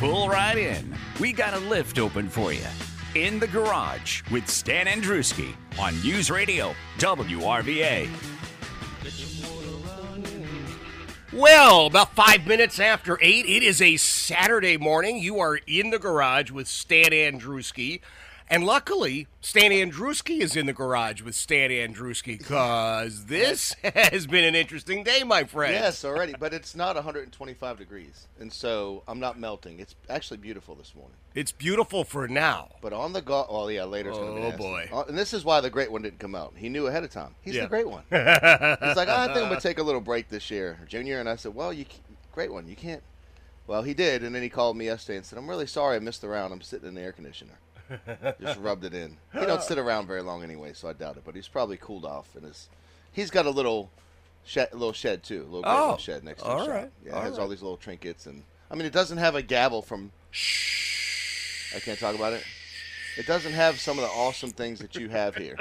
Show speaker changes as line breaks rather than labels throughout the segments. Pull right in. We got a lift open for you. In the garage with Stan Andruski on News Radio WRVA.
Well, about five minutes after eight, it is a Saturday morning. You are in the garage with Stan Andruski. And luckily, Stan Andruski is in the garage with Stan Andruski because this has been an interesting day, my friend.
Yes, already, but it's not 125 degrees, and so I'm not melting. It's actually beautiful this morning.
It's beautiful for now,
but on the golf. Oh yeah, later. It's gonna be
Oh,
nasty.
boy.
Uh, and this is why the great one didn't come out. He knew ahead of time. He's
Yeah.
the great one. He's like, I think I'm gonna take a little break this year, Junior. And I said, Well, you c- great one. You can't. Well, he did, and then he called me yesterday and said, I'm really sorry I missed the round. I'm sitting in the air conditioner. Just rubbed it in. He don't sit around very long anyway, so I doubt it. But he's probably cooled off, and is he's got a little shed, little shed too, a little great
Oh,
one shed next to the
all
shop.
right,
Yeah,
all
it has all these little trinkets, and I mean, it doesn't have a gavel from. I can't talk about it. It doesn't have some of the awesome things that you have here.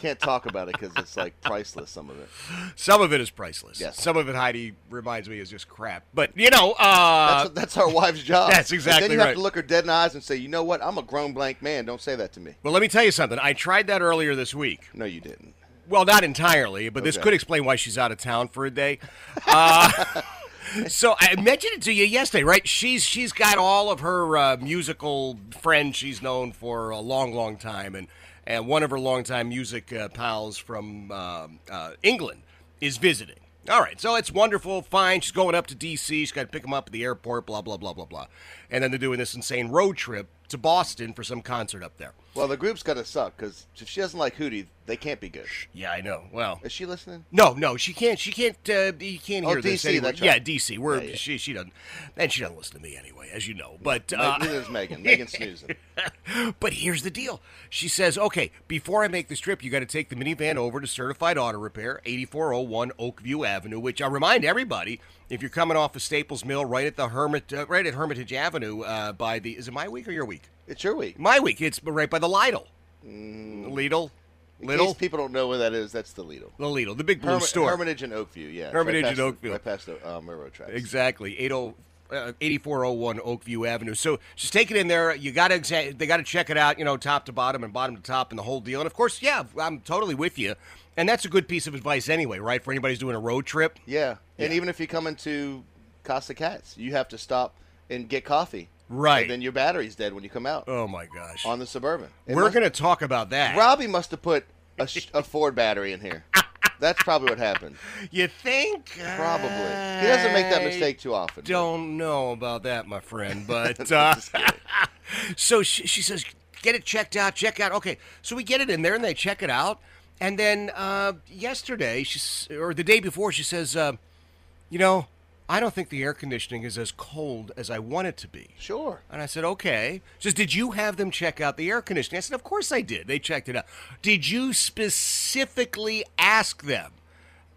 Can't talk about it because it's like priceless. Some of it.
Some of it is priceless.
Yes.
Some of it, Heidi reminds me, is just crap. But you know, uh,
That's, that's our wife's job.
that's
And
exactly
Then you have
right.
to look her dead in the eyes and say, you know what? I'm a grown blank man. Don't say that to me.
well, let me tell you something. I tried that earlier this week.
No, you didn't.
Well, not entirely, but this
Okay.
could explain why she's out of town for a day. Uh, so I mentioned it to you yesterday, right? She's she's got all of her uh, musical friends she's known for a long, long time, and and one of her longtime music uh, pals from um, uh, England is visiting. All right, so it's wonderful, fine. She's going up to D.C. She's got to pick him up at the airport, blah blah blah blah blah, and then they're doing this insane road trip to Boston for some concert up there.
Well, the group's got to suck because if she doesn't like Hootie, they can't be good.
Yeah, I know. Well,
Is she listening?
No, no, she can't. She can't. Uh, you can't
Oh,
hear this.
DC,
anyway.
that's right.
Yeah, DC. We're
Yeah, yeah.
she. She doesn't. And she doesn't listen to me anyway, as you know. But
Like,
uh,
Neither is Megan. Megan's snoozing.
but here's the deal. She says, okay, before I make this trip, you got to take the minivan over to Certified Auto Repair, 8401 Oakview Avenue, which I'll remind everybody, if you're coming off of Staples Mill, right at the Hermit, uh, right at Hermitage Avenue, uh, by the, is it my week or your week?
It's your week.
My week. It's right by the Lidl.
Mm.
Lidl.
In case
Lidl.
people don't know where that is, that's the Lidl.
The Lidl, the big blue
Hermi-
store.
Hermitage and Oakview, yeah. It's
Hermitage
right
and
past the-
Oakview.
Right past the um, railroad tracks.
Exactly. 80, uh, 8401 Oakview Avenue. So just take it in there. You got to exa- they got to check it out, you know, top to bottom and bottom to top and the whole deal. And of course, yeah, I'm totally with you. And that's a good piece of advice anyway, right? For anybody who's doing a road trip.
Yeah. And even if you come into Casa Cats, you have to stop and get coffee.
Right.
And then your battery's dead when you come out
Oh my gosh.
on the Suburban. It
We're
must-
going to talk about that.
Robbie must have put a, sh- a Ford battery in here. That's probably what happened.
you think?
Probably. He doesn't make that
I
mistake too often. but-
Don't know about that, my friend, but uh, so she, she says, get it checked out, check out. Okay, so we get it in there and they check it out, and then uh, yesterday, she's or the day before, she says, uh, you know, I don't think the air conditioning is as cold as I want it to be.
Sure.
And I said, okay. She says, did you have them check out the air conditioning? I said, of course I did. They checked it out. Did you specifically ask them?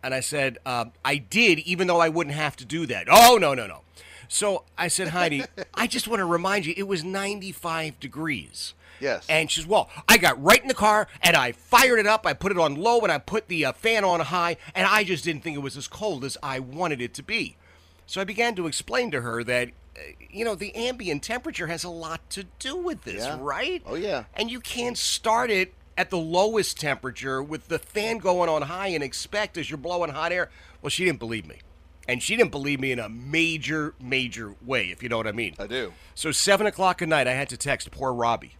And I said, um, I did, even though I wouldn't have to do that. Oh, no, no, no. So I said, Heidi, I just want to remind you, it was 95 degrees.
Yes.
And she says, well, I got right in the car and I fired it up. I put it on low and I put the uh, fan on high. And I just didn't think it was as cold as I wanted it to be. So I began to explain to her that, uh, you know, the ambient temperature has a lot to do with this,
Yeah.
right?
Oh, yeah.
And you can't start it at the lowest temperature with the fan going on high and expect as you're blowing hot air. Well, she didn't believe me. And she didn't believe me in a major, major way, if you know what I mean.
I do.
So seven o'clock at night, I had to text poor Robbie,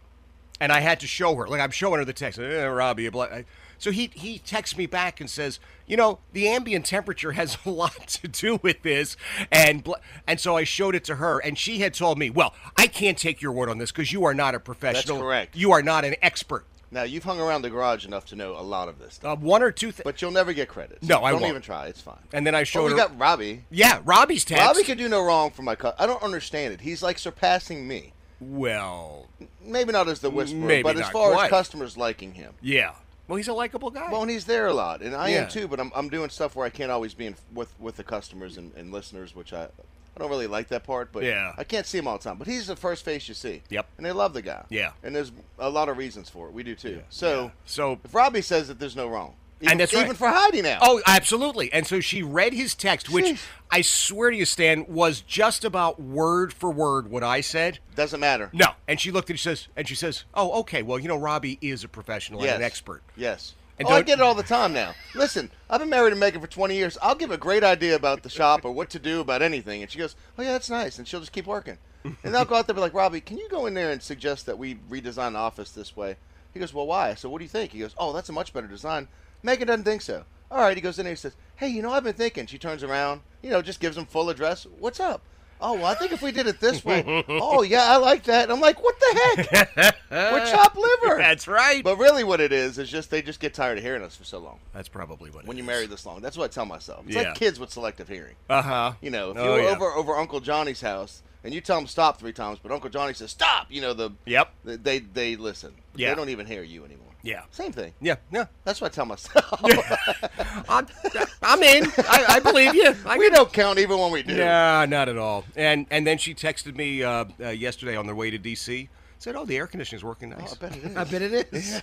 and I had to show her. Like I'm showing her the text. Eh, Robbie, you're bla-" so he he texts me back and says, you know, the ambient temperature has a lot to do with this, and bla-" and so I showed it to her, and she had told me, well, I can't take your word on this because you are not a professional.
correct.
You are not an expert.
Now you've hung around the garage enough to know a lot of this stuff,
Uh, one or two things.
but you'll never get credit. so
No, I
don't
won't.
even try. It's fine.
And then I
But
showed
we
her-
got Robbie.
yeah, Robbie's text.
Robbie could do no wrong for my cut. I don't understand it. He's like surpassing me.
well,
Maybe not as the whisperer,
Maybe
but as
not
far
quite.
as customers liking him.
yeah. Well, he's a likable guy.
Well, and he's there a lot, and I
Yeah.
am too. But I'm, I'm doing stuff where I can't always be in, with with the customers and, and listeners, which I I don't really like that part. But
Yeah.
I can't see him all the time. But he's the first face you see.
Yep.
And they love the guy.
Yeah.
And there's a lot of reasons for it. We do too. So
So-
if Robbie says that there's no wrong, even,
that's right.
even for Heidi now.
Oh, absolutely. And so she read his text, which
Jeez.
I swear to you, Stan, was just about word for word what I said.
doesn't matter.
No. And she looked at it, she says, and she says, Oh, okay, well, you know, Robbie is a professional
Yes.
and an expert.
Yes.
And
oh, I
don't-
get it all the time now. Listen, I've been married to Megan for 20 years. I'll give a great idea about the shop or what to do about anything. And she goes, Oh, yeah, that's nice. And she'll just keep working. And I'll go out there and be like, Robbie, can you go in there and suggest that we redesign the office this way? He goes, Well, why? I said, What do you think? He goes, Oh, that's a much better design. Megan doesn't think so. All right. He goes in there and says, Hey, you know, I've been thinking. She turns around, you know, just gives him full address. What's up? Oh, well, I think if we did it this way. oh, yeah, I like that. And I'm like, What the heck? We're chopped liver.
Uh, That's right.
But really, what it is is just they just get tired of hearing us for so long.
That's probably what it
When you
is.
marry this long, that's what I tell myself. It's
Yeah.
like kids with selective hearing.
Uh huh.
You know, if
Oh,
you're
yeah.
over over Uncle Johnny's house and you tell him stop three times, but Uncle Johnny says stop, you know the
Yep.
th- they they listen.
Yeah.
They don't even hear you anymore.
Yeah.
Same thing.
Yeah, yeah.
That's what I tell myself.
I'm, I'm in. I, I believe you. I
we don't count even when we do.
Yeah, not at all. And and then she texted me uh, uh, yesterday on their way to DC. Said, "Oh, the air conditioning's working nice."
I bet it is.
I bet it is.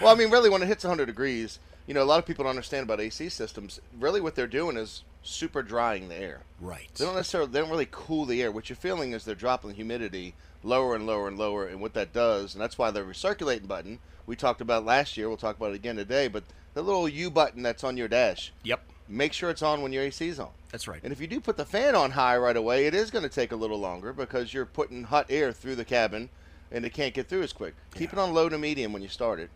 Well, I mean, really, when it hits 100 degrees, you know, a lot of people don't understand about AC systems. Really, what they're doing is super drying the air.
Right.
They don't necessarily they don't really cool the air. What you're feeling is they're dropping the humidity lower and lower and lower, and what that does, and that's why the recirculating button we talked about last year. We'll talk about it again today. But the little U button that's on your dash.
Yep.
Make sure it's on when your AC's on.
That's right.
And if you do put the fan on high right away, it is going to take a little longer because you're putting hot air through the cabin, and it can't get through as quick. Keep it on low to medium when you start it,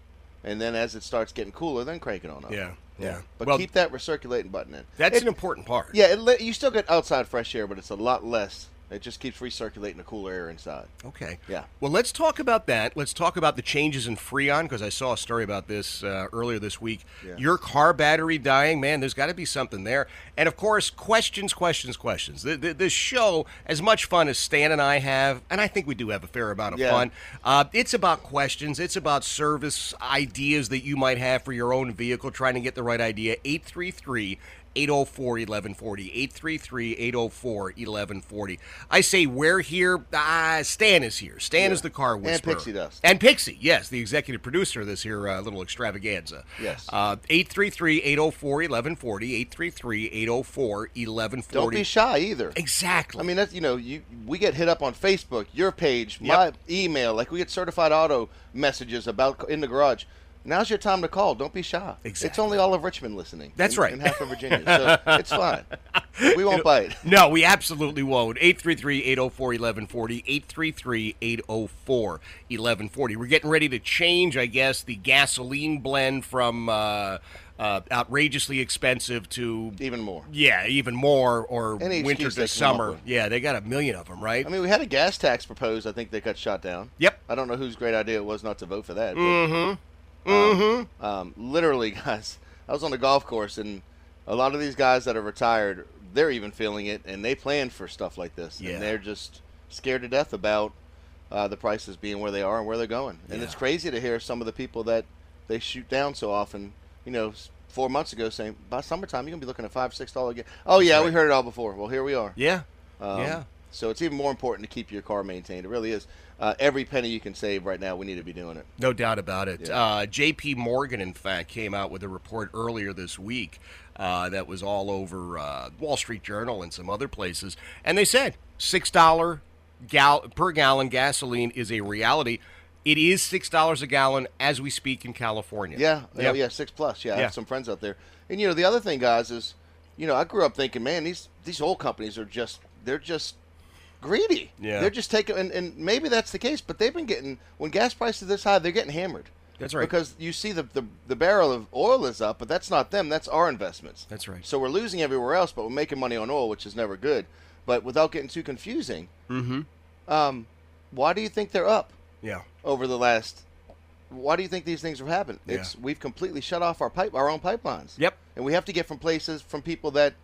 and then as it starts getting cooler, then crank it on up.
Yeah, yeah.
But
Well-
keep that recirculating button in.
That's
It-
an important part.
yeah, it let, you still get outside fresh air, but it's a lot less. It just keeps recirculating the cooler air inside.
Okay.
Yeah.
Well, let's talk about that. Let's talk about the changes in Freon because I saw a story about this uh, earlier this week. Your car battery dying, man, there's got to be something there. And of course, questions, questions, questions. Th th this show, as much fun as Stan and I have, and I think we do have a fair amount of
Yeah.
fun, uh, it's about questions, it's about service ideas that you might have for your own vehicle, trying to get the right idea. 833 804 1140. 833 804 1140. I say we're here. Ah, Stan is here. Stan is the car
And
whisperer.
Pixie Dust.
And Pixie, yes, the executive producer of this here uh, little extravaganza.
Yes.
Uh, 833-804-1140, 833-804-1140.
Don't be shy either.
Exactly.
I mean, that's you know, you we get hit up on Facebook, your page,
Yep.
my email. Like we get certified auto messages about in the garage. Now's your time to call. Don't be shy. It's
Exactly.
only all of Richmond listening.
That's
and-
right.
And half of Virginia, so it's fine. We won't bite.
No, we absolutely won't. 833-804-1140, 833-804-1140. We're getting ready to change, I guess, the gasoline blend from uh, uh, outrageously expensive to
Even more.
yeah, even more or
Any
winter
excuse they
to
can come up
summer.
with.
Yeah, they got a million of them, right?
I mean, we had a gas tax proposed. I think they got shot down.
Yep.
I don't know whose great idea it was not to vote for that. Mm-hmm. Mm-hmm. Um, literally, guys, I was on the golf course, and a lot of these guys that are retired, they're even feeling it, and they plan for stuff like this,
Yeah.
and they're just scared to death about uh, the prices being where they are and where they're going. And it's crazy to hear some of the people that they shoot down so often. You know. s- Four months ago, saying by summertime you're gonna be looking at five, six dollar again. Oh yeah, we heard it all before. Well, here we are.
yeah.
Um,
yeah.
So it's even more important to keep your car maintained. It really is. Uh, every penny you can save right now, we need to be doing it.
No doubt about it. Uh, J.P. Morgan, in fact, came out with a report earlier this week uh, that was all over uh, Wall Street Journal and some other places, and they said six dollar gal- per gallon gasoline is a reality. It is six dollars a gallon as we speak in California.
Yeah, yeah, Oh,
Yep.
yeah, six plus. Yeah, I
Yeah.
have some friends out there. And you know, the other thing, guys, is you know, I grew up thinking, man, these these oil companies are just they're just greedy.
Yeah.
they're just taking, and, and maybe that's the case, but they've been getting when gas prices this high, they're getting hammered.
That's right.
Because you see the, the the barrel of oil is up, but that's not them. That's our investments.
That's right.
So we're losing everywhere else, but we're making money on oil, which is never good. But without getting too confusing, mm-hmm. um, why do you think they're up?
Yeah.
over the last. Why do you think these things have happened?
Yeah.
It's we've completely shut off our pipe, our own pipelines.
Yep.
And we have to get from places from people that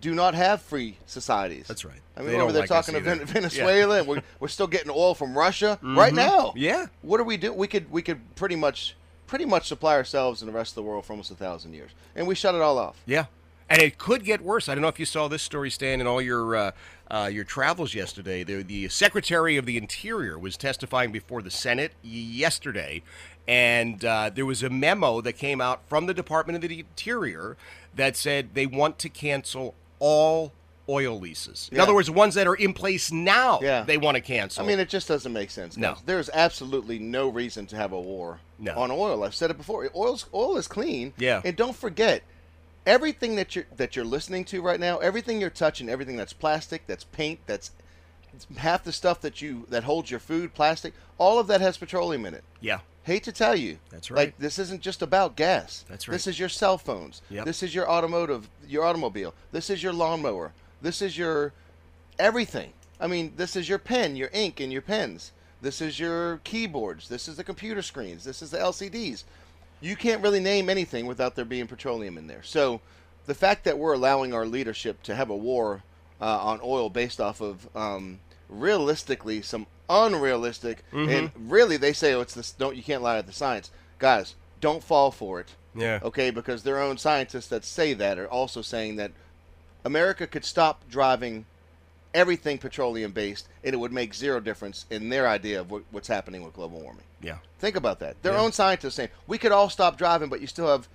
do not have free societies.
That's right.
I mean,
They
over
don't
there
like us
talking to
either. Mm-hmm.
Ven- Venezuela, and we're, we're still getting oil from Russia right now.
Yeah.
What do we do? We could we could pretty much pretty much supply ourselves and the rest of the world for almost a thousand years, and we shut it all off.
Yeah, and it could get worse. I don't know if you saw this story, Stan, in all your uh, uh, your travels yesterday. The, the Secretary of the Interior was testifying before the Senate yesterday, and uh, there was a memo that came out from the Department of the Interior that said they want to cancel all oil leases. In
Yeah.
other words, the ones that are in place now,
Yeah.
they want to cancel.
I mean, it just doesn't make sense.
No.
guys. there's absolutely no reason to have a war
No.
on oil. I've said it before. Oil's, oil is clean.
Yeah.
and don't forget, everything that you're that you're listening to right now, everything you're touching, everything that's plastic, that's paint, that's it's half the stuff that you that holds your food, plastic, all of that has petroleum in it.
yeah,
Hate to tell you.
That's
Like
right.
this isn't just about gas.
That's
This
right.
is your cell phones.
Yep.
This is your automotive your automobile. This is your lawnmower. This is your everything. I mean, this is your pen, your ink and your pens. This is your keyboards. This is the computer screens. This is the LCDs. You can't really name anything without there being petroleum in there. So, the fact that we're allowing our leadership to have a war uh, on oil based off of um, realistically some unrealistic and really they say oh it's this don't you can't lie to the science guys don't fall for it
Yeah.
okay because their own scientists that say that are also saying that america could stop driving everything petroleum based and it would make zero difference in their idea of what, what's happening with global warming
yeah,
Think about that. Their own scientists saying we could all stop driving, but you still have,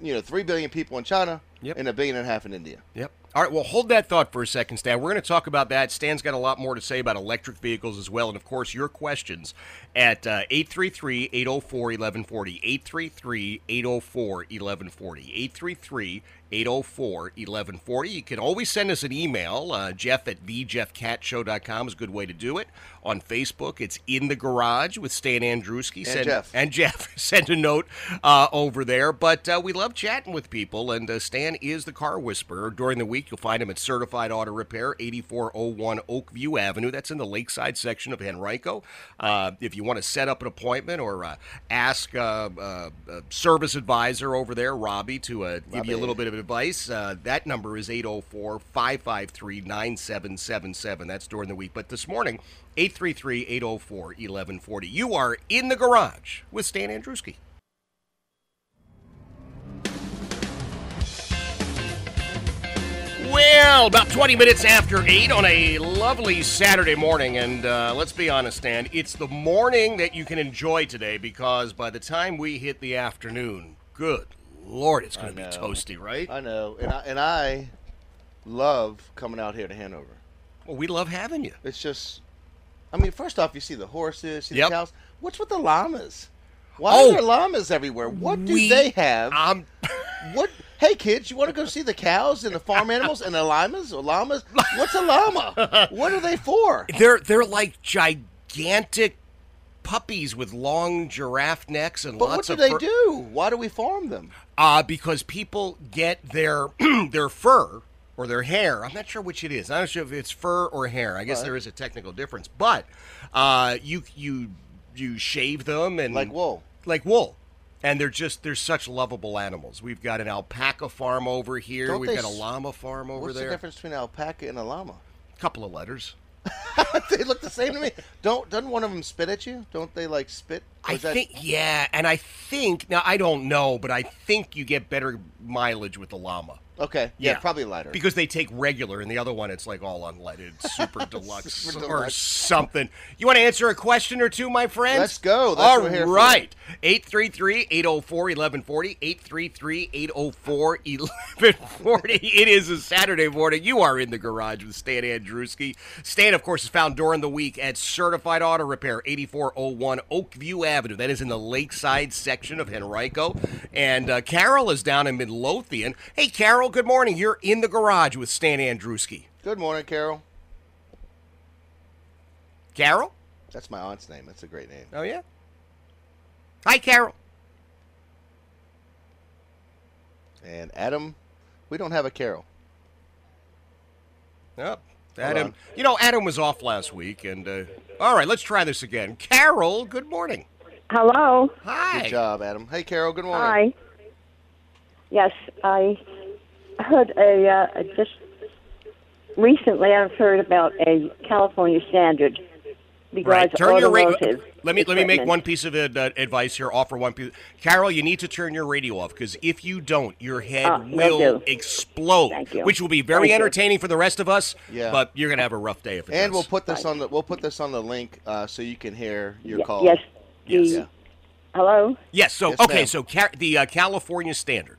you know, three billion people in China
Yep.
and a billion and a half in India.
Yep. All right. Well, hold that thought for a second, Stan. We're going to talk about that. Stan's got a lot more to say about electric vehicles as well. And, of course, your questions at uh, 833 804 1140. 833 804 1140. 833 804 1140. You can always send us an email. Uh, Jeff at thejeffcatshow.com is a good way to do it. On Facebook, it's In the Garage with Stan Andrewski. And
Jeff.
and Jeff sent a note uh, over there. But uh, we love chatting with people, and uh, Stan is the car whisperer. During the week, you'll find him at Certified Auto Repair, 8401 Oakview Avenue. That's in the Lakeside section of Henrico. Uh, if you want to set up an appointment or uh, ask uh, uh, a service advisor over there, Robbie, to uh, give you a little bit of advice, uh, that number is 804 553 9777. That's during the week. But this morning, 833 804 1140. You are in the garage with Stan Andruski. Well, about 20 minutes after 8 on a lovely Saturday morning. And uh, let's be honest, Stan, it's the morning that you can enjoy today because by the time we hit the afternoon, good Lord, it's going to be toasty, right?
I know, and I and I love coming out here to Hanover.
well, we love having you.
It's just, I mean, first off, you see the horses, see
Yep.
the cows. What's with the llamas? Why
Oh.
are there llamas everywhere? What do
We-
they have?
Um,
what? Hey kids, you want to go see the cows and the farm animals and the llamas or llamas? What's a llama? What are they for?
They're they're like gigantic puppies with long giraffe necks and
But what
lots
do
of
they
fur.
do? Why do we farm them?
Uh, because people get their their fur or their hair. I'm not sure which it is. I'm not sure if it's fur or hair. I guess there is a technical difference, but uh, you you you shave them and
Like wool.
like wool. And they're just they're such lovable animals. We've got an alpaca farm over here.
Don't
We've
they
got a
s-
llama farm over
What's
there.
the difference between alpaca and a llama?
Couple of letters.
they look the same to me. Don't doesn't one of them spit at you? Don't they like spit? Or
I
is that-
think yeah, and I think now I don't know, but I think you get better mileage with the llama.
Okay. Yeah, probably lighter.
Because they take regular, and the other one, it's like all unleaded, super deluxe,
Super
or
deluxe.
something. You want to answer a question or two, my friend?
Let's go. That's
All
what we're here for.
right. 833 804 1140. 833 804 1140. It is a Saturday morning. You are in the garage with Stan Andruski. Stan, of course, is found during the week at Certified Auto Repair, 8401 Oakview Avenue. That is in the lakeside section of Henrico. And uh, Carol is down in Midlothian. Hey, Carol, good morning. You're in the garage with Stan Andruski.
Good morning, Carol.
Carol?
That's my aunt's name. That's a great name.
Oh, yeah. Hi, Carol.
And Adam, we don't have a Carol.
Yep. Adam,
on.
you know, Adam was off last week, and uh, all right, let's try this again. Carol, good morning.
Hello.
Hi.
Good job, Adam. Hey, Carol. Good morning.
Hi. Yes, I heard a uh, I just recently. I've heard about a California standard regards
Right, turn your radio.
automotive.
Let me let me make
equipment.
one piece of ad, uh, advice here. Offer one piece. Carol, you need to turn your radio off because if you don't, your head
Ah, will
will
do.
explode,
Thank you.
which will be very
Thank you.
entertaining for the rest of us.
Yeah.
But you're gonna have a rough day if it
And we'll
does.
put this on the we'll put this on the link uh, so you can hear your
Ye-
call.
Yes. the-
Yes.
Yeah.
Hello.
yes. So
Yes,
okay.
ma'am.
So Ca- the uh, California standard.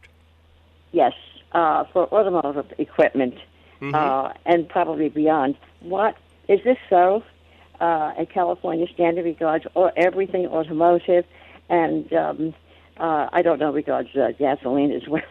Yes, uh, for automotive equipment uh, and probably beyond. What is this so? Uh, a California standard regards or everything automotive, and um, uh, I don't know regards uh, gasoline as well.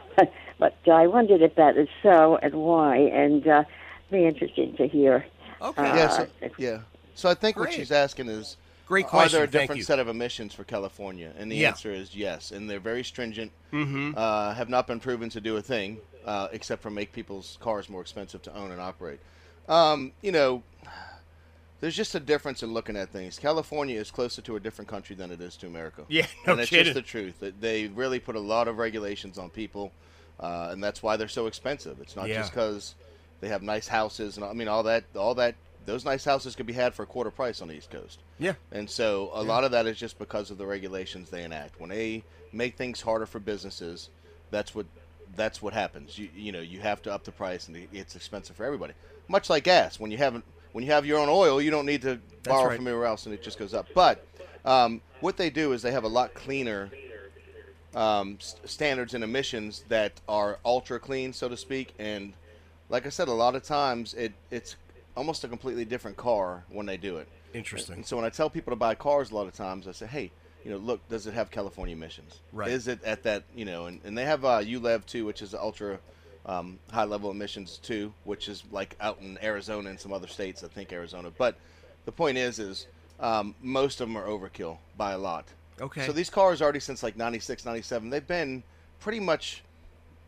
but I wondered if that is so and why, and uh, be interesting to hear.
Okay.
Uh,
Yeah. So, yeah. So I think what
Great.
she's asking is,
Great
Are
question.
there a
Thank
different
you.
set of emissions for California? And the
Yeah. Mm-hmm.
answer is yes. And they're very stringent. Uh, have not been proven to do a thing uh, except for make people's cars more expensive to own and operate. Um, you know, there's just a difference in looking at things. California is closer to a different country than it is to America.
Yeah, no
and it's
kidding.
just the truth. They- They really put a lot of regulations on people, uh, and that's why they're so expensive. It's not
Yeah.
just because they have nice houses, and I mean all that, all that. Those nice houses could be had for a quarter price on the East Coast.
Yeah.
And so a lot of that is just because of the regulations they enact. When they make things harder for businesses, that's what that's what happens. You you know you have to up the price, and it- it's expensive for everybody. Much like gas, when you haven't when you have your own oil, you don't need to borrow
right.
from anywhere else, and it just goes up. But um, what they do is they have a lot cleaner um, s- standards and emissions that are ultra clean, so to speak. And like I said, a lot of times it it's almost a completely different car when they do it.
Interesting.
And so when I tell people to buy cars, a lot of times I say, hey, you know, look, does it have California emissions?
Right.
Is it at that, you know, and, and they have uh, ULEV too, which is ultra um, high level emissions too, which is like out in Arizona and some other states, I think Arizona. But the point is, is um, most of them are overkill by a lot.
Okay.
So these cars already since like 96, 97, they've been pretty much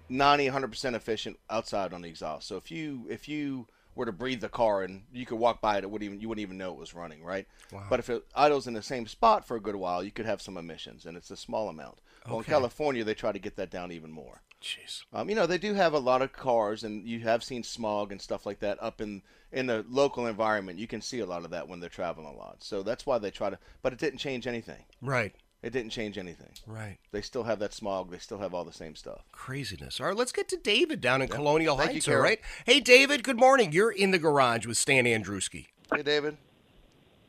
90 100% efficient outside on the exhaust so if you if you were to breathe the car and you could walk by it it wouldn't even you wouldn't even know it was running right but if it idles in the same spot for a good while you could have some emissions and it's a small amount well in california they try to get that down even more
Jeez.
um, you know they do have a lot of cars and you have seen smog and stuff like that up in in the local environment you can see a lot of that when they're traveling a lot so that's why they try to but it didn't change anything
Right.
it didn't change anything
Right.
they still have that smog they still have all the same stuff
craziness. All right, let's get to David down in Colonial
Thank you,
Heights. all
Carol.
right. Hey, David. Good morning. You're in the garage with Stan Andruski.
hey david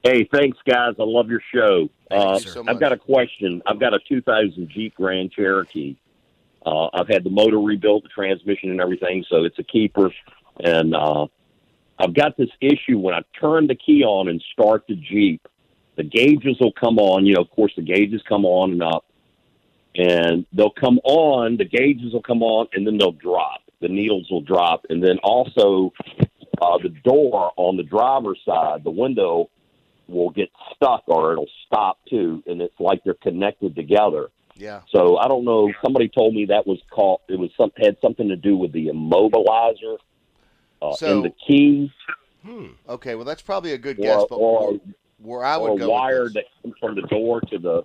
Hey, thanks, guys. I love your show.
Thank you
Uh,
so much.
I've got a question. I've got a 2000 Jeep Grand Cherokee. Uh, I've had the motor rebuilt, the transmission, and everything, so it's a keeper. And uh, I've got this issue when I turn the key on and start the Jeep, the gauges will come on. You know, of course, the gauges come on and up, and they'll come on. The gauges will come on, and then they'll drop. The needles will drop, and then also uh, the door on the driver's side, the window will get stuck or it'll stop too, and it's like they're connected together.
yeah
So I don't know. Somebody told me that was called. It was some had something to do with the immobilizer uh,
So-
in the key
Okay, well that's probably a good
Or-
guess, but
or-
where, where I would
or
go
wire
with
that
this-
comes from the door to the.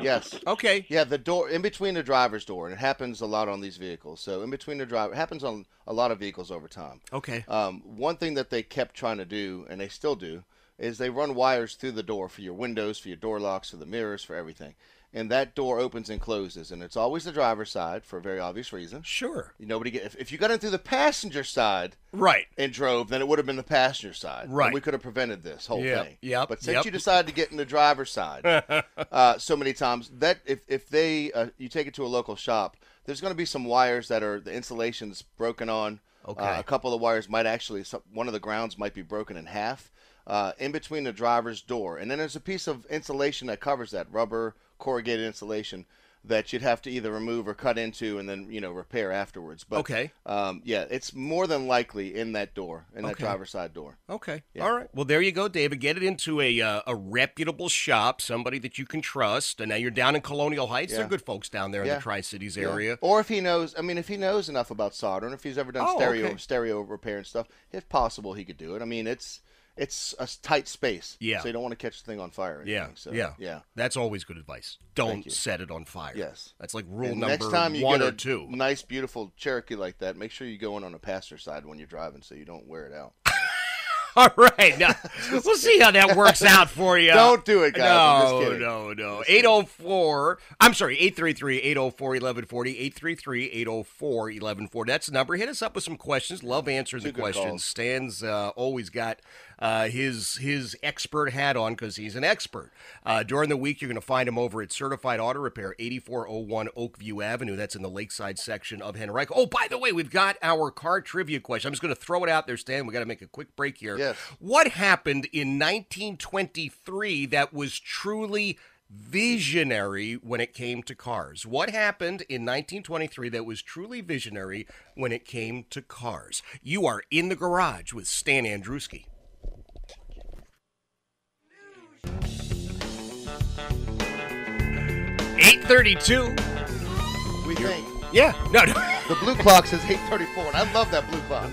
yes,
Okay.
yeah, the door in between the driver's door, and it happens a lot on these vehicles. So in between the driver, it happens on a lot of vehicles over time.
Okay.
Um, one thing that they kept trying to do, and they still do, is they run wires through the door for your windows, for your door locks, for the mirrors, for everything. And that door opens and closes, and it's always the driver's side for a very obvious reason.
Sure.
Nobody get if, if you got in through the passenger side,
Right.
and drove, then it would have been the passenger side.
Right.
And we could have prevented this whole
Yep,
thing.
yep,
But since
yep.
you decided to get in the driver's side uh, so many times, that if, if they uh, you take it to a local shop, there's going to be some wires that are the insulation's broken on.
Okay.
Uh, a couple of the wires might actually some, one of the grounds might be broken in half. Uh, in between the driver's door, and then there's a piece of insulation that covers that rubber corrugated insulation that you'd have to either remove or cut into, and then you know repair afterwards. But
Okay.
um, yeah, it's more than likely in that door, in that
Okay.
driver's side door.
Okay. All right. Well, there you go, David. Get it into a uh, a reputable shop, somebody that you can trust. And now you're down in Colonial Heights. They're
Yeah.
good folks down there in
Yeah.
the Tri Cities
Yeah.
area.
Or if he knows, I mean, if he knows enough about soldering, if he's ever done
Oh,
stereo
okay.
stereo repair and stuff, if possible, he could do it. I mean, it's it's a s- tight space,
Yeah.
So you don't want to catch the thing on fire. or
Yeah.
anything, so,
yeah.
yeah.
That's always good advice. Don't
you.
set it on fire.
Yes.
That's like rule
And
number
next time you
one
get
or
a
two.
nice, beautiful Cherokee like that, make sure you go in on the passenger side when you're driving, so you don't wear it out.
All right. Now, we'll see how that works out for you.
Don't do it, guys. I'm just
No,
kidding.
no, no. 804, I'm sorry, 833 804 1140. 833 804 1140. That's the number. Hit us up with some questions. Love answering the
good
questions.
calls.
Stan's uh, always got uh, his his expert hat on because he's an expert. Uh, during the week, you're going to find him over at Certified Auto Repair, 8401 Oakview Avenue. That's in the Lakeside section of Henrico. Oh, by the way, we've got our car trivia question. I'm just going to throw it out there, Stan. we got to make a quick break here.
Yes.
What happened in 1923 that was truly visionary when it came to cars? What happened in 1923 that was truly visionary when it came to cars? You are in the garage with Stan Andruski. Eight thirty-two.
We think
Yeah, no, no.
the blue clock says 8:34, and I love that blue clock.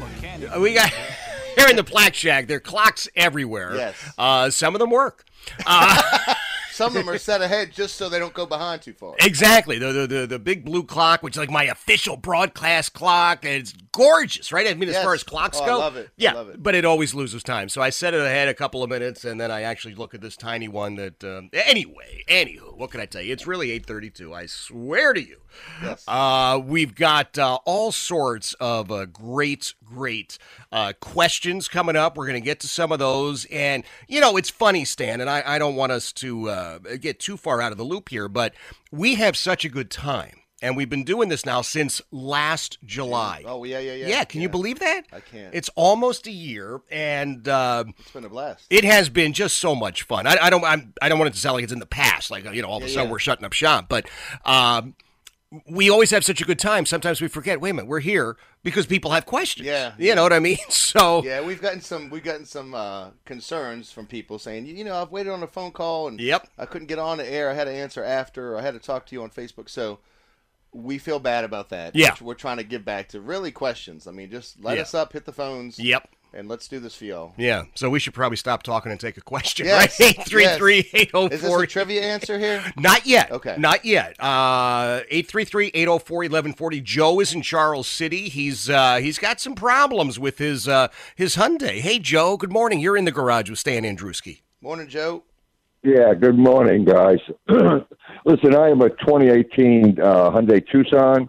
We got here in the Black Shack. There are clocks everywhere.
Yes.
Uh, some of them work. Uh,
Some of them are set ahead just so they don't go behind too far.
Exactly. The, the the the big blue clock, which is like my official broadcast clock, and it's gorgeous, right? I mean, as
Yes.
far as clocks
Oh, I
go,
love it. I
Yeah,
love it.
but it always loses time. So I set it ahead a couple of minutes, and then I actually look at this tiny one. That um, anyway, anywho, what can I tell you? It's really eight thirty-two. I swear to you.
Yes.
Uh, we've got uh, all sorts of uh, great, great uh, questions coming up. We're going to get to some of those. And, you know, it's funny, Stan, and I, I don't want us to uh, get too far out of the loop here, but we have such a good time. And we've been doing this now since last July.
Oh yeah, yeah, yeah.
Yeah, can you believe that?
I can't.
It's almost a year, and uh,
It's been a blast.
it has been just so much fun. I, I don't. I'm, I don't want it to sound like it's in the past. Like you know, all of a sudden we're shutting up shop. But um, we always have such a good time. Sometimes we forget. Wait a minute, we're here because people have questions.
Yeah,
you know what I mean. So
yeah, we've gotten some we've gotten some uh, concerns from people saying, you, you know, I've waited on a phone call and
Yep.
I couldn't get on the air. I had to answer after. Or I had to talk to you on Facebook. So we feel bad about that.
Yeah.
which we're trying to give back to really questions. I mean, just let
Yeah.
us up, hit the phones.
Yep.
and let's do this for y'all.
yeah. So we should probably stop talking and take a question.
Yes,
Right? Eight three three eight zero
Is this a
four.
trivia answer here?
Not yet.
Okay.
Not yet. Uh 833-804-1140. Joe is in Charles City. He's uh he's got some problems with his uh his Hyundai. Hey Joe, good morning. You're in the garage with Stan Andruski.
Morning, Joe.
Yeah, good morning, guys. Listen, I am a 2018 uh, Hyundai Tucson,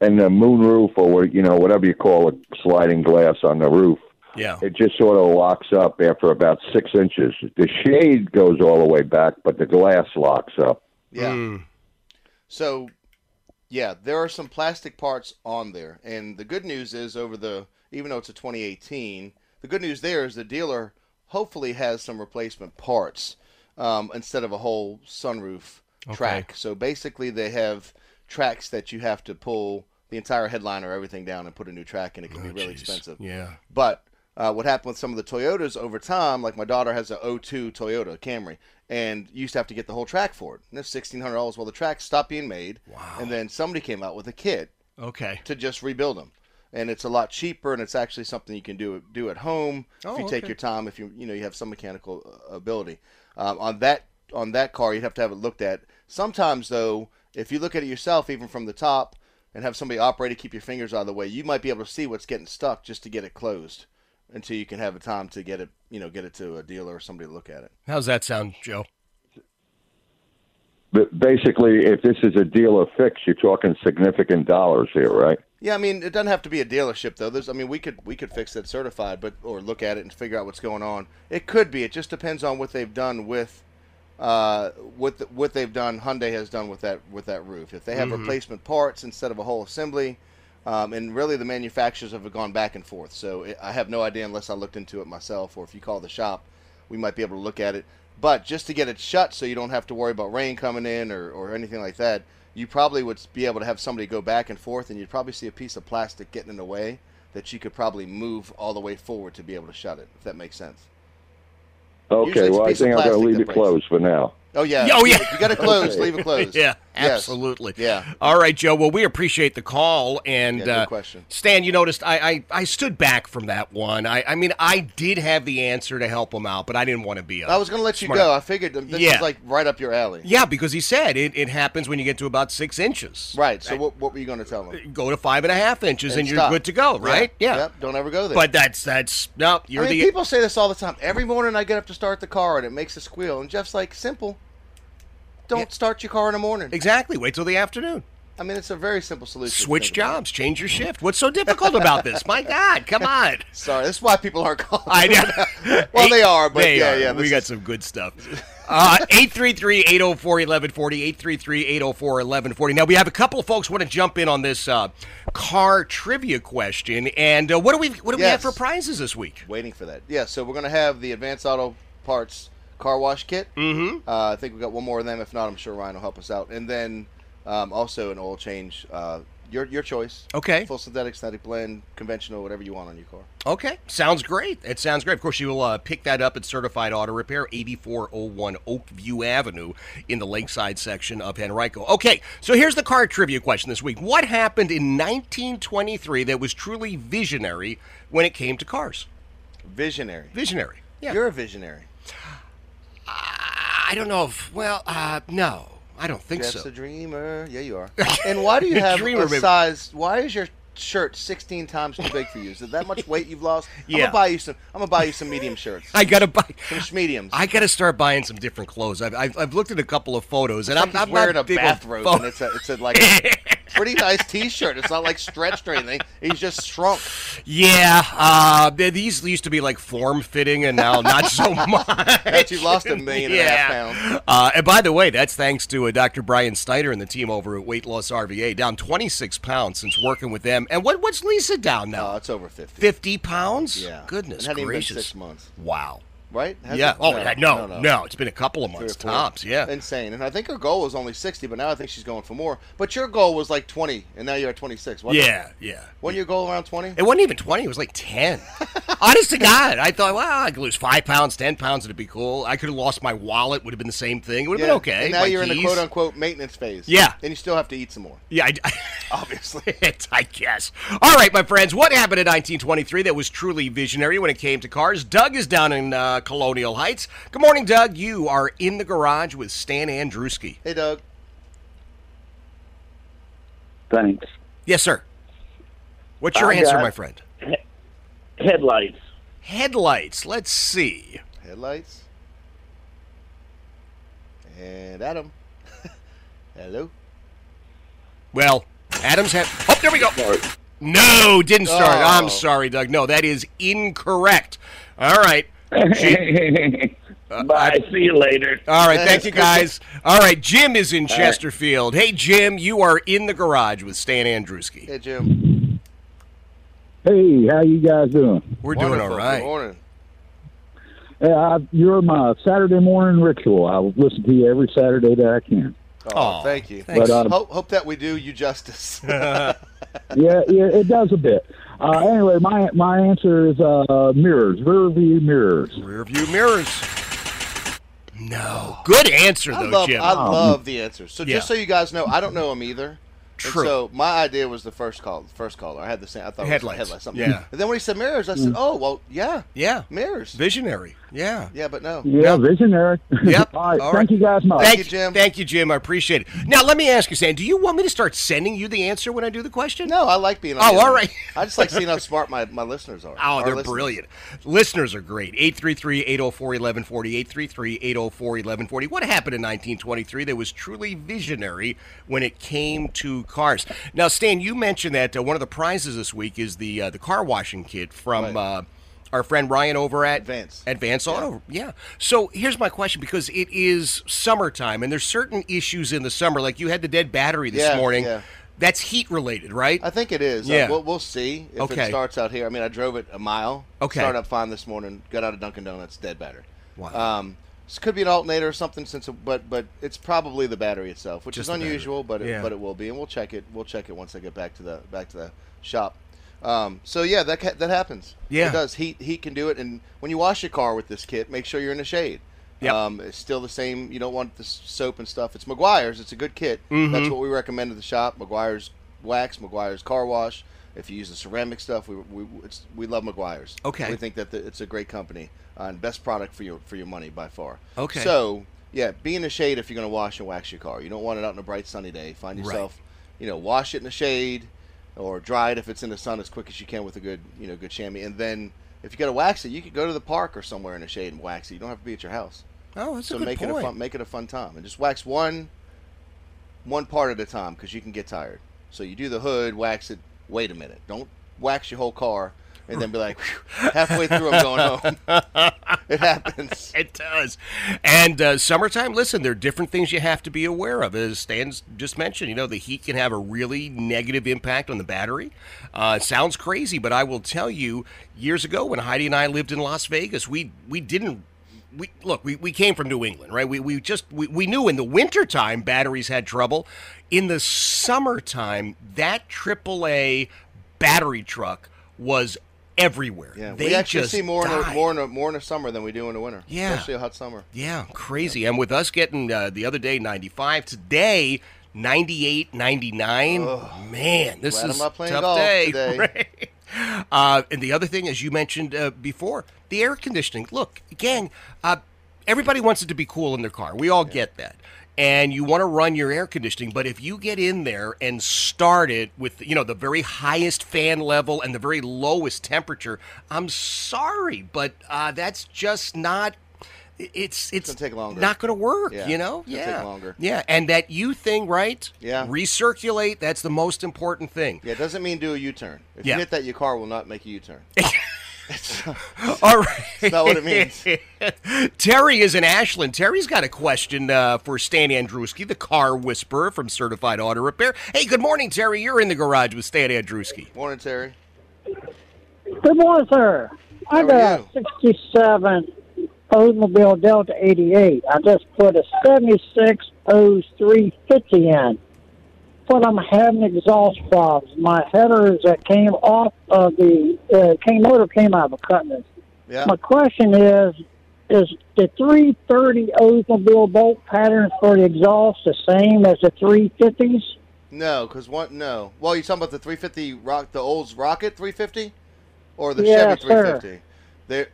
and the moonroof, or what- you know, whatever you call it, sliding glass on the roof,
Yeah.
it just sort of locks up after about six inches. The shade goes all the way back, but the glass locks up.
Yeah.
Hmm.
So, yeah, there are some plastic parts on there, and the good news is over the even though it's a 2018, the good news there is the dealer hopefully has some replacement parts um, instead of a whole sunroof track. So basically, they have tracks that you have to pull the entire headliner, everything down, and put a new track in. It can be really expensive.
Oh, Yeah.
But uh, what happened with some of the Toyotas over time, like my daughter has a 02 Toyota Camry, and you used to have to get the whole track for it. And that's $1,600. Well, the tracks stopped being made. Wow. And then somebody came out with a kit
Okay.
to just rebuild them. And it's a lot cheaper, and it's actually something you can do do at home if you take your time. If you you know you have some mechanical uh, ability um, on that on that car, you'd have to have it looked at. Sometimes though, if you look at it yourself, even from the top, and have somebody operate it, keep your fingers out of the way, you might be able to see what's getting stuck just to get it closed until you can have a time to get it, you know, get it to a dealer or somebody to look at it.
How's that sound, Joe?
But basically, if this is a dealer fix, you're talking significant dollars here, right?
Yeah, I mean, it doesn't have to be a dealership though. There's, I mean, we could we could fix that certified, but or look at it and figure out what's going on. It could be. It just depends on what they've done with, uh, with the, what they've done. Hyundai has done with that with that roof. If they have
Mhm.
replacement parts instead of a whole assembly, um, and really the manufacturers have gone back and forth. So it, I have no idea unless I looked into it myself, or if you call the shop, we might be able to look at it. But just to get it shut, so you don't have to worry about rain coming in or, or anything like that, you probably would be able to have somebody go back and forth, and you'd probably see a piece of plastic getting in the way that you could probably move all the way forward to be able to shut it. If that makes sense. Usually
Okay,
it's a
well, I
piece of
think I'm going
plastic
to leave
that
it
breaks.
closed for now.
Oh yeah.
Oh, yeah.
You got to close.
Okay.
Leave it closed.
Yeah,
Yes.
absolutely.
Yeah.
All right, Joe. Well, we appreciate the call. And
Yeah, good
uh,
question.
Stan, you noticed I, I, I stood back from that one. I, I mean, I did have the answer to help him out, but I didn't want to be. I
I was gonna let you go. I figured this
Yeah.
is like right up your alley.
Yeah, because he said it, it happens when you get to about six inches.
Right. So what, what were you going to tell him?
Go to five and a half inches, and, you're
stop.
good to go, right? Yeah.
Yep, don't ever go there.
But that's that's no. You're
I mean,
the
people say this all the time. Every morning I get up to start the car and it makes a squeal. And Jeff's like, simple. Don't start your car in the morning.
Exactly. Wait till the afternoon.
I mean, it's a very simple solution.
switch jobs, change your shift. What's so difficult about this? My God, come on.
Sorry, that's why people aren't calling.
I know.
Well, they are, but
They
yeah,
are.
yeah,
We
this
got
is-
some good stuff. Uh, 833-804-1140, 833-804-1140. Now, we have a couple of folks want to jump in on this uh, car trivia question. And uh, what do we what do we have
Yes.
for prizes this week?
Waiting for that. Yeah, so we're going to have the Advanced Auto Parts car wash kit. Mm-hmm. Uh, I think we got one more of them. If not, I'm sure Ryan will help us out. And then um, also an oil change. Uh, your, your choice.
Okay.
Full synthetic, synthetic blend, conventional, whatever you want on your car.
Okay, sounds great. It sounds great. Of course, you will uh, pick that up at Certified Auto Repair, 8401 Oakview Avenue in the Lakeside section of Henrico. Okay, so here's the car trivia question this week. What happened in 1923 that was truly visionary when it came to cars?
Visionary.
Visionary. Yeah.
You're a visionary.
I don't know if, well, uh, no, I don't think
Jeff's
so.
a dreamer. Yeah, you are. And why do you have
Dreamer,
a
baby.
size? Why is your shirt 16 times too big for you? Is it that much weight you've lost? I'm
Yeah.
gonna buy you some. I'm gonna buy you some medium shirts.
I gotta buy
some mediums.
I gotta start buying some different clothes. I've, I've, I've looked at a couple of photos, and
It's
I'm,
like he's
I'm
wearing
not
a
big on
bathrobe,
pho-
and it's a, it's a, like a pretty nice T-shirt. It's not like stretched or anything. He's just shrunk.
Yeah, uh, th- these used to be like form fitting, and now not so much.
But you lost a million and a half pounds.
Uh, and by the way, that's thanks to uh, Dr. Brian Snyder and the team over at Weight Loss RVA, down 26 pounds since working with them. And what what's Lisa down now?
Oh, it's over 50.
50 pounds?
Uh, Yeah.
Goodness
It hadn't even been
gracious.
six months.
Wow.
Right? Has
yeah.
it?
Oh, no no, It's been a couple of
Three or
months
four.
tops. Yeah.
Insane. And I think her goal was only 60, but now I think she's going for more. But your goal was like 20, and now you're at 26. wasn't it?
Yeah, yeah.
Wasn't your goal around 20?
It wasn't even 20, it was like 10. Honest to God, I thought, wow, I could lose five pounds, 10 pounds, it'd be cool. I could have lost my wallet, would have been the same thing. It would have
Yeah,
been okay.
And now
My
you're in the
keys.
quote unquote maintenance phase.
Yeah.
And you still have to eat some more.
Yeah,
obviously.
I guess. All right, my friends, what happened in 1923 that was truly visionary when it came to cars? Doug is down in uh, Colonial Heights. Good morning, Doug. You are in the garage with Stan Andruski.
Hey, Doug.
Thanks.
Yes, sir. What's your
I
answer,
got
my friend?
Headlights.
Headlights. Let's see.
Headlights. And Adam. Hello.
Well, Adams had. Oh, there we go. No, didn't start.
Oh.
I'm sorry, Doug. No, that is incorrect. All right. Jim-
Bye. See you later.
All right. Thank you, guys. All right. Jim is in
All right.
Chesterfield. Hey, Jim, you are in the garage with Stan Andruski.
Hey, Jim.
Hey, how you guys doing?
We're doing all right.
morning.
Uh, I, you're my Saturday morning ritual. I listen to you every Saturday that I can.
Oh, thank you.
But, um,
hope, hope that we do you justice.
yeah, yeah, it does a bit. Uh, anyway, my my answer is uh, mirrors, rear view mirrors.
Rear view mirrors. No. Good answer,
I
though,
love,
Jim.
I love the answers. So
Yeah.
just so you guys know, I don't know them either. And
True.
so my idea was the first call, first caller. I had the same. I thought
Headlights.
it was headlights. Something.
Yeah.
And then when he said mirrors, I said,
Mm.
"Oh, well, yeah,
Yeah.
mirrors,
visionary. Yeah.
yeah, but no."
Yeah, visionary.
Yep.
All right.
All right.
Thank you guys much.
Thank, you, Jim. Thank you, Jim. I appreciate it. Now, let me ask you, Stan. Do you want me to start sending you the answer when I do the question?
No, I like being. on
Oh,
the
all
air.
right.
I just like seeing how smart my, my listeners are.
Oh,
Our
they're
listeners.
brilliant. Listeners are great. 833-804-1140, 833-804-1140. What happened in 1923 that was truly visionary when it came to cars? Now, Stan, you mentioned that uh, one of the prizes this week is the uh, the car washing kit from uh, our friend Ryan over at Advance. Advance Auto. Yeah. So here's my question because it is summertime and there's certain issues in the summer. Like you had the dead battery this
Yeah,
morning.
yeah.
That's heat related, right?
I think it is. Uh,
Yeah.
we'll, we'll see if
Okay.
it starts out here. I mean, I drove it a mile.
Okay.
Started up fine this morning. Got out of Dunkin' Donuts, dead battery.
Wow.
Um, this could be an alternator or something, since it- but but it's probably the battery itself, which
Just the
is
battery.
unusual, but it,
Yeah.
but it will be, and we'll check it. We'll check it once I get back to the back to the shop. Um, so yeah, that ca- that happens.
Yeah.
it does. Heat heat can do it, and when you wash your car with this kit, make sure you're in the shade.
Yep.
Um, it's still the same. You don't want the s- soap and stuff. It's McGuire's. It's a good kit. That's
Mhm.
what we recommend at the shop. McGuire's wax, McGuire's car wash. If you use the ceramic stuff, we we it's, we love McGuire's.
Okay.
We think that the, it's a great company uh, and best product for your for your money by far.
Okay.
So yeah, be in the shade if you're going to wash and wax your car. You don't want it out on a bright sunny day. Find
Right.
yourself, you know, wash it in the shade, or dry it if it's in the sun as quick as you can with a good you know good chamois. And then if you got to wax it, you could go to the park or somewhere in the shade and wax it. You don't have to be at your house.
Oh, that's a
so
good
make it a
point.
fun make it a fun time and just wax one one part at a time because you can get tired. So you do the hood, wax it. Wait a minute, don't wax your whole car and then be like "Phew, halfway through I'm going home. it happens.
It does. And uh, summertime, listen, there are different things you have to be aware of. As Stan's just mentioned, you know, the heat can have a really negative impact on the battery. Uh, it sounds crazy, but I will tell you, years ago when Heidi and I lived in Las Vegas, we, we didn't. We, look, we, we came from New England, right? We, we just we, we knew in the wintertime batteries had trouble. In the summertime, that AAA battery truck was everywhere.
Yeah,
they
we actually
just
see more in, the,
died.
more in the more in the summer than we do in the winter.
Yeah.
especially a hot summer.
Yeah, crazy. And with us getting uh, the other day 95, today 98, 99. man, this
Glad I'm
is
not playing
tough
golf
day.
today.
right? Uh, and the other thing, as you mentioned uh, before, the air conditioning. Look, gang, uh, everybody wants it to be cool in their car. We all get that. And you want to run your air conditioning, but if you get in there and start it with you know the very highest fan level and the very lowest temperature, I'm sorry, but uh, that's just not it's it's, not going to work.
Yeah,
You know,
it's gonna
yeah,
take longer.
yeah, and that you thing, right?
Yeah.
recirculate. That's the most important thing.
Yeah, it doesn't mean do a U-turn. If
Yeah.
you hit that, your car will not make a U-turn. It's not-
All right,
It's not what it means.
Terry is in Ashland. Terry's got a question uh, for Stan Andruski, the car whisperer from Certified Auto Repair. Hey, good morning, Terry. You're in the garage with Stan Andruski.
Morning, Terry.
Good morning, sir. I got a 67 Oldsmobile Delta 88. I just put a 76 O's 350 in, but I'm having exhaust problems. My headers that came off of the uh, came motor came out of a cutlass.
Yeah.
My question is, is the 330 Oldsmobile bolt pattern for the exhaust the same as the 350s?
No, because one no. Well, you talking about the 350 rock, the old Rocket 350, or the
Yeah,
Chevy
sir.
350? They,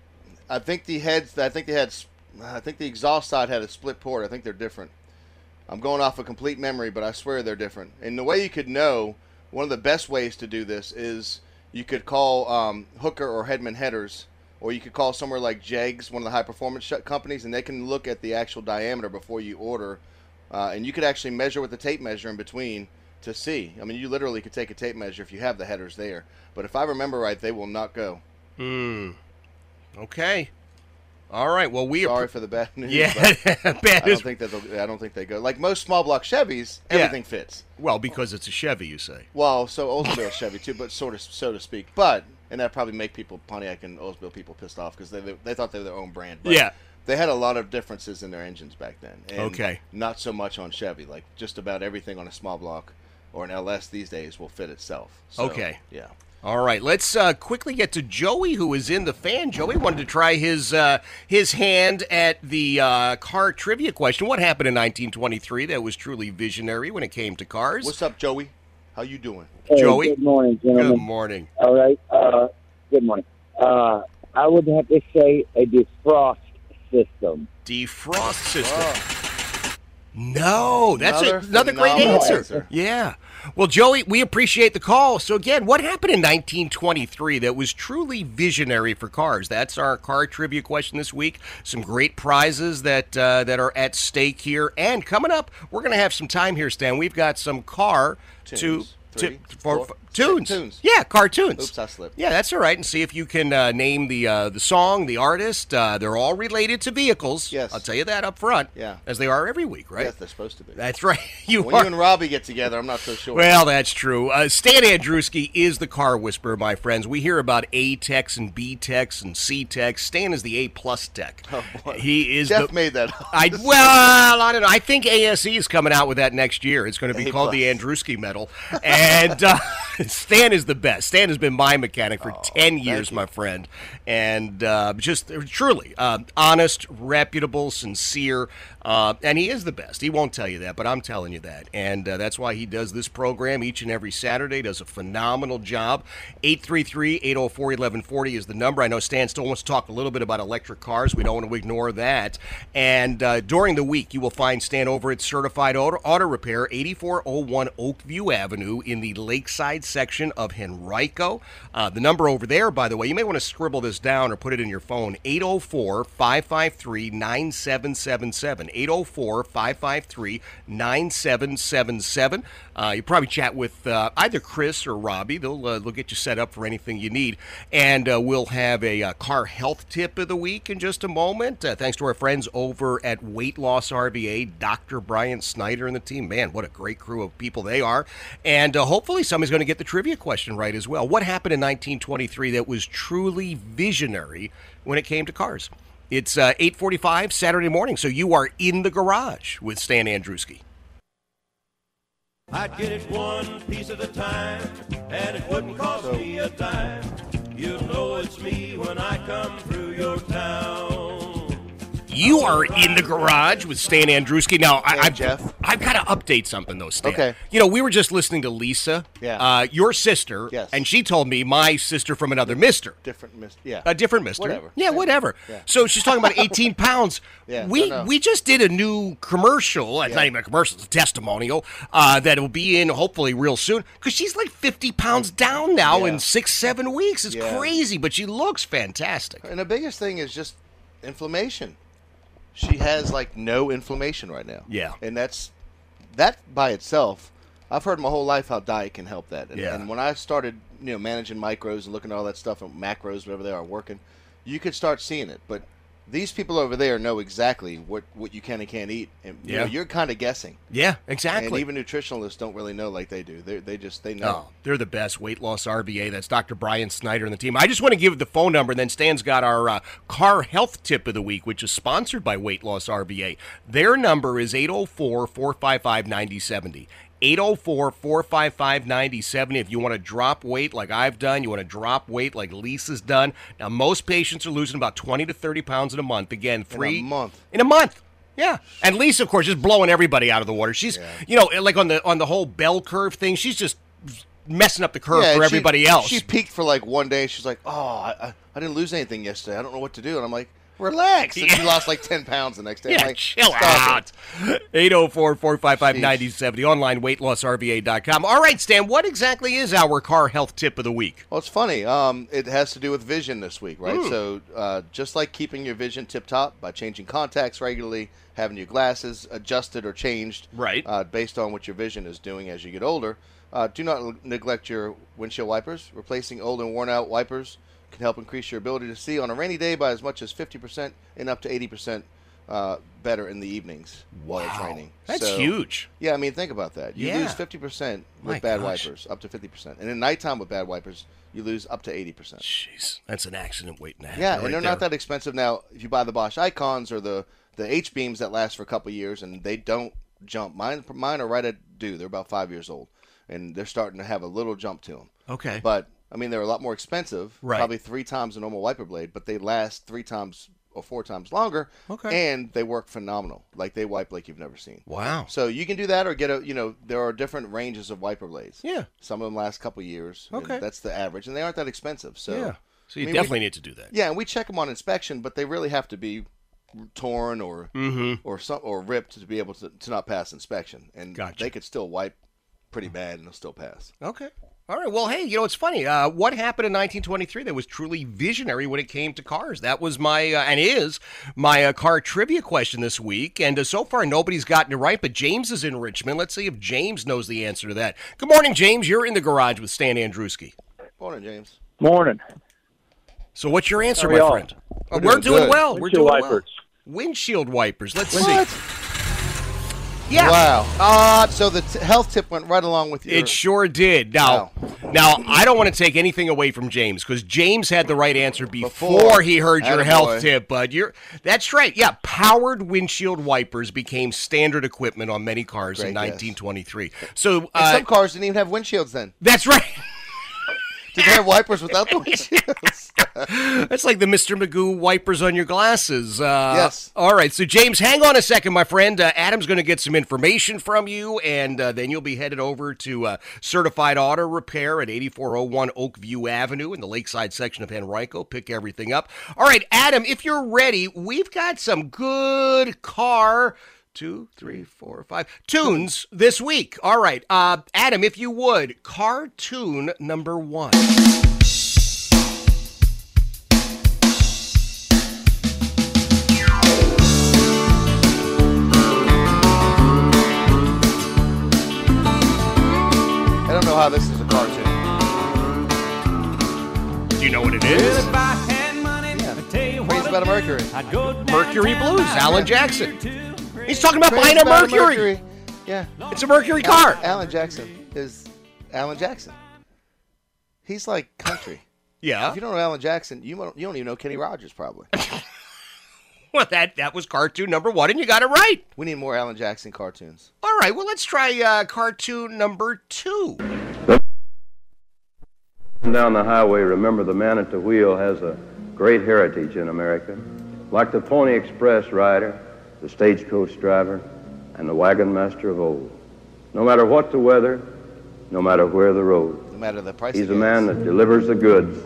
I think the heads. I think they had. s- I think the exhaust side had a split port. I think they're different. I'm going off a complete memory, but I swear they're different. And the way you could know, one of the best ways to do this is you could call um, Hooker or Headman Headers, or you could call somewhere like Jegs, one of the high performance shut companies, and they can look at the actual diameter before you order. Uh, and you could actually measure with the tape measure in between to see. I mean, you literally could take a tape measure if you have the headers there. But if I remember right, they will not go.
Hmm. Okay. All right. Well, we
sorry for the bad news.
Yeah,
but I
bad
don't
news.
think that they'll- I don't think they go. Like most small block Chevys,
Yeah.
everything fits.
Well, because it's a Chevy, you say.
Well, so Oldsmobile Chevy too, but sort of so to speak. But and that probably make people Pontiac and Oldsmobile people pissed off because they, they they thought they were their own brand. But
Yeah.
they had a lot of differences in their engines back then. And
Okay.
not so much on Chevy. Like just about everything on a small block or an LS these days will fit itself. So,
okay.
Yeah.
All right. Let's uh, quickly get to Joey, who is in the fan. Joey wanted to try his uh, his hand at the uh, car trivia question. What happened in 1923 that was truly visionary when it came to cars?
What's up, Joey? How you doing,
Hey, Good morning, gentlemen.
Good morning.
All right. Uh, good morning. Uh, I would have to say a defrost system.
Defrost system. No, that's a-
Another
another, great
phenomenal
answer.
answer.
Yeah. Well, Joey, we appreciate the call. So again, what happened in 1923 that was truly visionary for cars? That's our car trivia question this week. Some great prizes that uh, that are at stake here. And coming up, we're going to have some time here, Stan. We've got some car to.
Tunes.
to
Three,
for,
four,
for- tunes. Yeah, cartoons. Oops, I slipped. Yeah, that's all right. And see if you can uh, name the uh, the song, the artist. Uh, they're all related to vehicles. Yes. I'll tell you that up front. Yeah. As they are every week, right?
Yes, they're supposed to be.
That's right. You
when
are.
you and Robbie get together, I'm not so sure.
Well, that's true. Uh, Stan Andruski is the car whisperer, my friends. We hear about A techs and B techs and C techs. Stan is the A plus tech. Oh, boy. He is.
Jeff
the,
made that.
I well, I don't know. I think ASE is coming out with that next year. It's going to be
A
called the Andruski Medal, and uh, Stan is the best. Stan has been my mechanic for ten years, my friend, and uh, just truly uh, honest, reputable, sincere, uh, and he is the best. He won't tell you that, but I'm telling you that, and uh, that's why he does this program each and every Saturday. Does a phenomenal job. 833-804-1140 is the number. I know Stan still wants to talk a little bit about electric cars. We don't want to ignore that. And uh, during the week, you will find Stan over at Certified Auto, Auto Repair, 8401 Oakview Avenue in the Lakeside section of Henrico. Uh, the number over there, by the way, you may want to scribble this down or put it in your phone, 804-553-9777. 804-553-9777. Uh, you probably chat with uh, either Chris or Robbie. They'll uh, they'll get you set up for anything you need, and uh, we'll have a uh, car health tip of the week in just a moment. Uh, thanks to our friends over at Weight Loss RVA, Dr. Brian Snyder and the team. Man, what a great crew of people they are, and uh, hopefully somebody's going to get the trivia question right as well. What happened in 1923 that was truly visionary when it came to cars? It's uh, 8:45 Saturday morning, so you are in the garage with Stan Andruski.
I'd get it one piece at a time, and it wouldn't
Oh,
cost me a dime. You'll know it's me when I come through your town.
You are in the garage with Stan Andruski. Now, I, I've, I've got to update something, though, Stan.
Okay.
You know, we were just listening to Lisa,
Yeah.
uh, your sister,
Yes.
and she told me my sister from another mister.
Different mist. Yeah.
A different mister.
Whatever.
Yeah, whatever.
Yeah.
So she's talking about 18 pounds.
Yeah, I
we
know.
we just did a new commercial. It's not even a commercial, it's a testimonial uh, that will be in hopefully real soon because she's like 50 pounds down now
Yeah.
in six, seven weeks. It's
Yeah.
crazy, but she looks fantastic.
And the biggest thing is just inflammation. She has like no inflammation right now.
Yeah.
And that's that by itself. I've heard my whole life how diet can help that. And,
Yeah.
and when I started, you know, managing micros and looking at all that stuff and macros, whatever they are working, you could start seeing it. But these people over there know exactly what, what you can and can't eat. And you know,
Yeah.
you're kind of guessing.
Yeah, exactly.
And even nutritionalists don't really know like they do. They they just they know.
Oh, they're the best weight loss RVA. That's Dr. Brian Snyder and the team. I just want to give the phone number, and then Stan's got our uh, car health tip of the week, which is sponsored by Weight Loss RVA. Their number is 804 455 9070. 804 455 9070. If you want to drop weight like I've done, you want to drop weight like Lisa's done. Now, most patients are losing about 20 to 30 pounds in a month. Again, three.
month.
In a month. Yeah, and Lisa, of course, is blowing everybody out of the water. She's, you know, like on the on the whole bell curve thing. She's just messing up the curve
Yeah,
for
she-
everybody else.
She peaked for like one day. She's like, "Oh, I, I, I didn't lose anything yesterday. I don't know what to do." And I'm like, "Relax." And she lost like ten pounds the next day. I'm
yeah,
like,
chill
"Stop
out. 804-455-9070, online weightlossrva.com. All right, Stan, what exactly is our car health tip of the week?
Well, it's funny. Um, it has to do with vision this week, right?
Mm.
So, uh, just like keeping your vision tip top by changing contacts regularly, having your glasses adjusted or changed, right, uh, based on what your vision is doing as you get older. Uh, do not l- neglect your windshield wipers. Replacing old and worn-out wipers can help increase your ability to see on a rainy day by as much as fifty percent and up to eighty percent uh, better in the evenings while you're
Wow.
training.
That's huge.
Yeah, I mean, think about that. You
Yeah.
lose fifty percent with
My
bad
gosh.
wipers, up to fifty percent, and in nighttime with bad wipers, you lose up to eighty percent.
Jeez, that's an accident waiting to happen.
Yeah,
right
and they're not
there.
that expensive now. If you buy the Bosch Icons or the the H beams that last for a couple years, and they don't jump. Mine mine are right at due. They're about five years old, and they're starting to have a little jump to them.
Okay.
But I mean, they're a lot more expensive.
Right.
Probably three times the normal wiper blade, but they last three times or four times longer. Okay. And they work phenomenal. Like they wipe like you've never seen.
Wow.
So you can do that or get a, you know, there are different ranges of wiper blades.
Yeah.
Some of them last a couple years. and
Okay.
That's the average. And they aren't that expensive. So,
Yeah. So you
I mean,
definitely
we-
need to do that.
Yeah. And we check them on inspection, but they really have to be torn or
Mhm.
or some or ripped to be able to, to not pass inspection and they could still wipe pretty bad and they'll still pass
Okay. All right. Well, hey, you know it's funny. Uh, what happened in 1923 that was truly visionary when it came to cars? That was my uh, and is my uh, car trivia question this week. And uh, so far, nobody's gotten it right. But James is in Richmond. Let's see if James knows the answer to that. Good morning, James. You're in the garage with Stan Andrewski.
morning james
Morning. So, what's your answer,
How are
my
y'all?
friend?
We're
Uh, we're
doing
doing,
good.
well. we're doing
Windshield
well.
wipers.
Windshield wipers. Let's
What?
see. Yeah.
wow uh, so the t- health tip went right along with your
It sure did. Now, now I don't want to take anything away from James because James had the right answer before,
Before.
he heard your
Attaboy.
health tip. But you're that's right. Yeah, powered windshield wipers became standard equipment on many cars in
Great guess.
1923. So
And
uh,
some cars didn't even have windshields then
that's right.
did they have wipers without the windshields
that's like the Mr. Magoo wipers on your glasses. Uh,
Yes.
All right. So, James, hang on a second, my friend. Uh, Adam's going to get some information from you, and uh, then you'll be headed over to uh, Certified Auto Repair at 8401 Oakview Avenue in the lakeside section of Henrico. Pick everything up. All right, Adam, if you're ready, we've got some good car. Two, three, four, five tunes this week. All right, uh, Adam, if you would, car tune number one.
i don't know how this is a car tune
Do you know what it is?
praise about mercury
Mercury Blues, Alan Jackson. He's talking about
Praise
buying a
about a
Mercury.
yeah
It's a Mercury
Alan-
car.
alan jackson is alan jackson he's like country
Yeah.
if you don't know alan jackson you don't, you don't even know kenny rogers probably
Well, that that was cartoon number one, and you got it right.
we need more alan jackson cartoons
All right. Well, let's try uh, cartoon number two.
Down the highway, remember the man at the wheel has a great heritage in America. Like the Pony Express rider, the stagecoach driver, and the wagon master of old. No matter what the weather, no matter where the road,
no matter the price
he's
of
a
gas.
man that delivers the goods.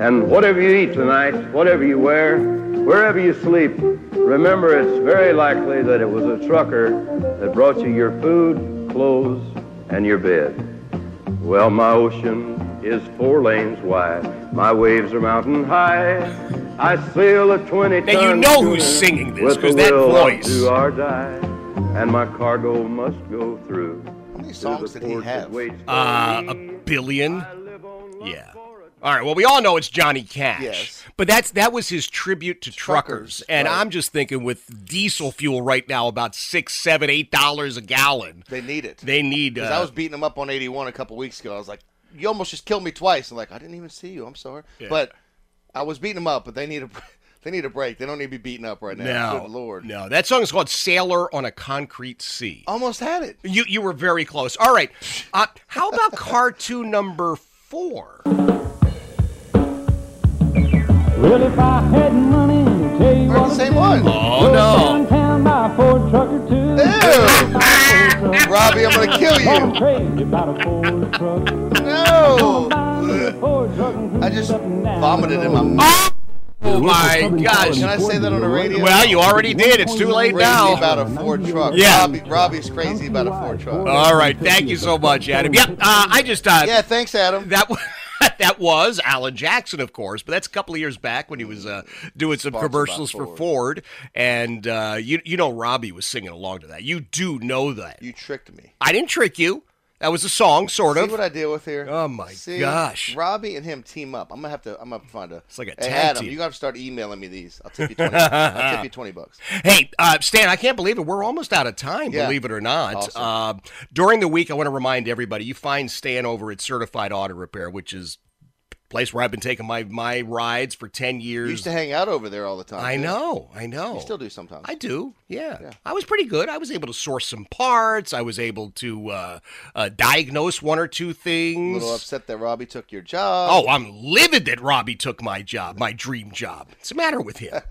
And whatever you eat tonight, whatever you wear, wherever you sleep, remember it's very likely that it was a trucker that brought you your food, clothes, and your bed. Well, my ocean is four lanes wide. My waves are mountain high. I sail a 20
Now, you know who's singing this, 'cause that voice.
To our die, and my cargo must go through. How many
songs
did he have?
Uh, a billion. Yeah. All right. Well, we all know it's Johnny Cash.
Yes.
But that's that was his tribute to truckers,
Truckers,
and
right.
I'm just thinking with diesel fuel right now about six, seven, eight dollars a gallon.
They need it.
They need. Uh,
Because I was beating him up on 81 a couple weeks ago. I was like, you almost just killed me twice. I'm like, I didn't even see you. I'm sorry.
Yeah.
But I was beating him up, but they need a they need a break. They don't need to be beaten up right now.
No,
Good lord.
no. That song is called "Sailor on a Concrete Sea."
Almost had it.
You you were very close. All right. Uh, how about cartoon number four?
Well, if I had money, I'd tell you what
Same one.
Oh no.
Downtown by a Ford truck or two.
Robbie, I'm gonna kill
Bought 'em
you.
crazy about a Ford truck.
No. I just vomited in my mouth.
Oh my gosh.
Can I say that on the radio?
Well, you already did. It's too late
crazy
now.
about a Ford truck.
Yeah.
Robbie, Robbie's crazy about a Ford truck.
All right. Thank you so much, Adam. Yep. Uh, I just uh,
Yeah, thanks, Adam.
that. wa- That was Alan Jackson, of course, but that's a couple of years back when he was uh, doing some
Sparks about
commercials for
Ford.
Ford, and uh, you you know Robbie was singing along to that. You do know that.
You tricked me.
I didn't trick you. That was a song, sort of.
See what I deal with here? Oh
my
See,
gosh.
Robbie and him team up. I'm gonna have to. I'm gonna find a. It's
like a
hey,
tag
Adam,
team.
you gotta start emailing me these. I'll tip you twenty. I'll tip you twenty bucks.
Hey, uh, Stan, I can't believe it. We're almost out of time,
Yeah.
believe it or not.
Awesome.
Uh, during the week, I want to remind everybody you find Stan over at Certified Auto Repair, which is place where I've been taking my my rides for ten years.
used to hang out over there all the time.
I
too.
know, I know.
You still do sometimes.
I do, yeah. I was pretty good. I was able to source some parts. I was able to uh, uh, diagnose one or two
A
things.
little upset that Robbie took your job.
Oh, I'm livid that Robbie took my job, my dream job. What's the matter with him?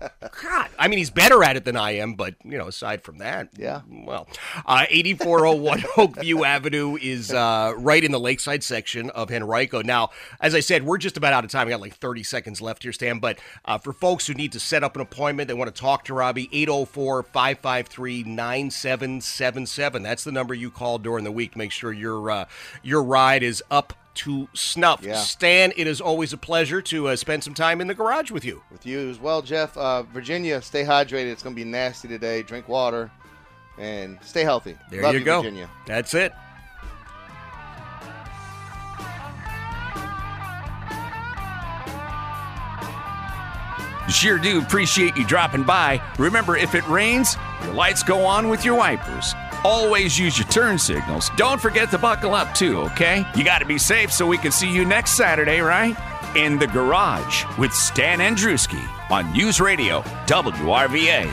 God, I mean, he's better at it than I am, but you know, aside from that,
Yeah.
Well, uh, 8401 Oakview Avenue is uh, right in the lakeside section of Henrico. Now, as I said, we're just about out of time. We got like 30 seconds left here, Stan. But uh, for folks who need to set up an appointment, they want to talk to Robbie, 804 553 9777. That's the number you call during the week to make sure your, uh, your ride is up to snuff.
Yeah.
Stan, it is always a pleasure to uh, spend some time in the garage with you.
With you as well, Jeff. Uh, Virginia, stay hydrated. It's going to be nasty today. Drink water and stay healthy.
There
Love
you go.
Virginia.
That's it.
Sure do appreciate you dropping by. Remember, if it rains, your lights go on with your wipers. Always use your turn signals. Don't forget to buckle up, too, okay? You got to be safe so we can see you next Saturday, right? In the garage with Stan Andruski on News Radio WRVA.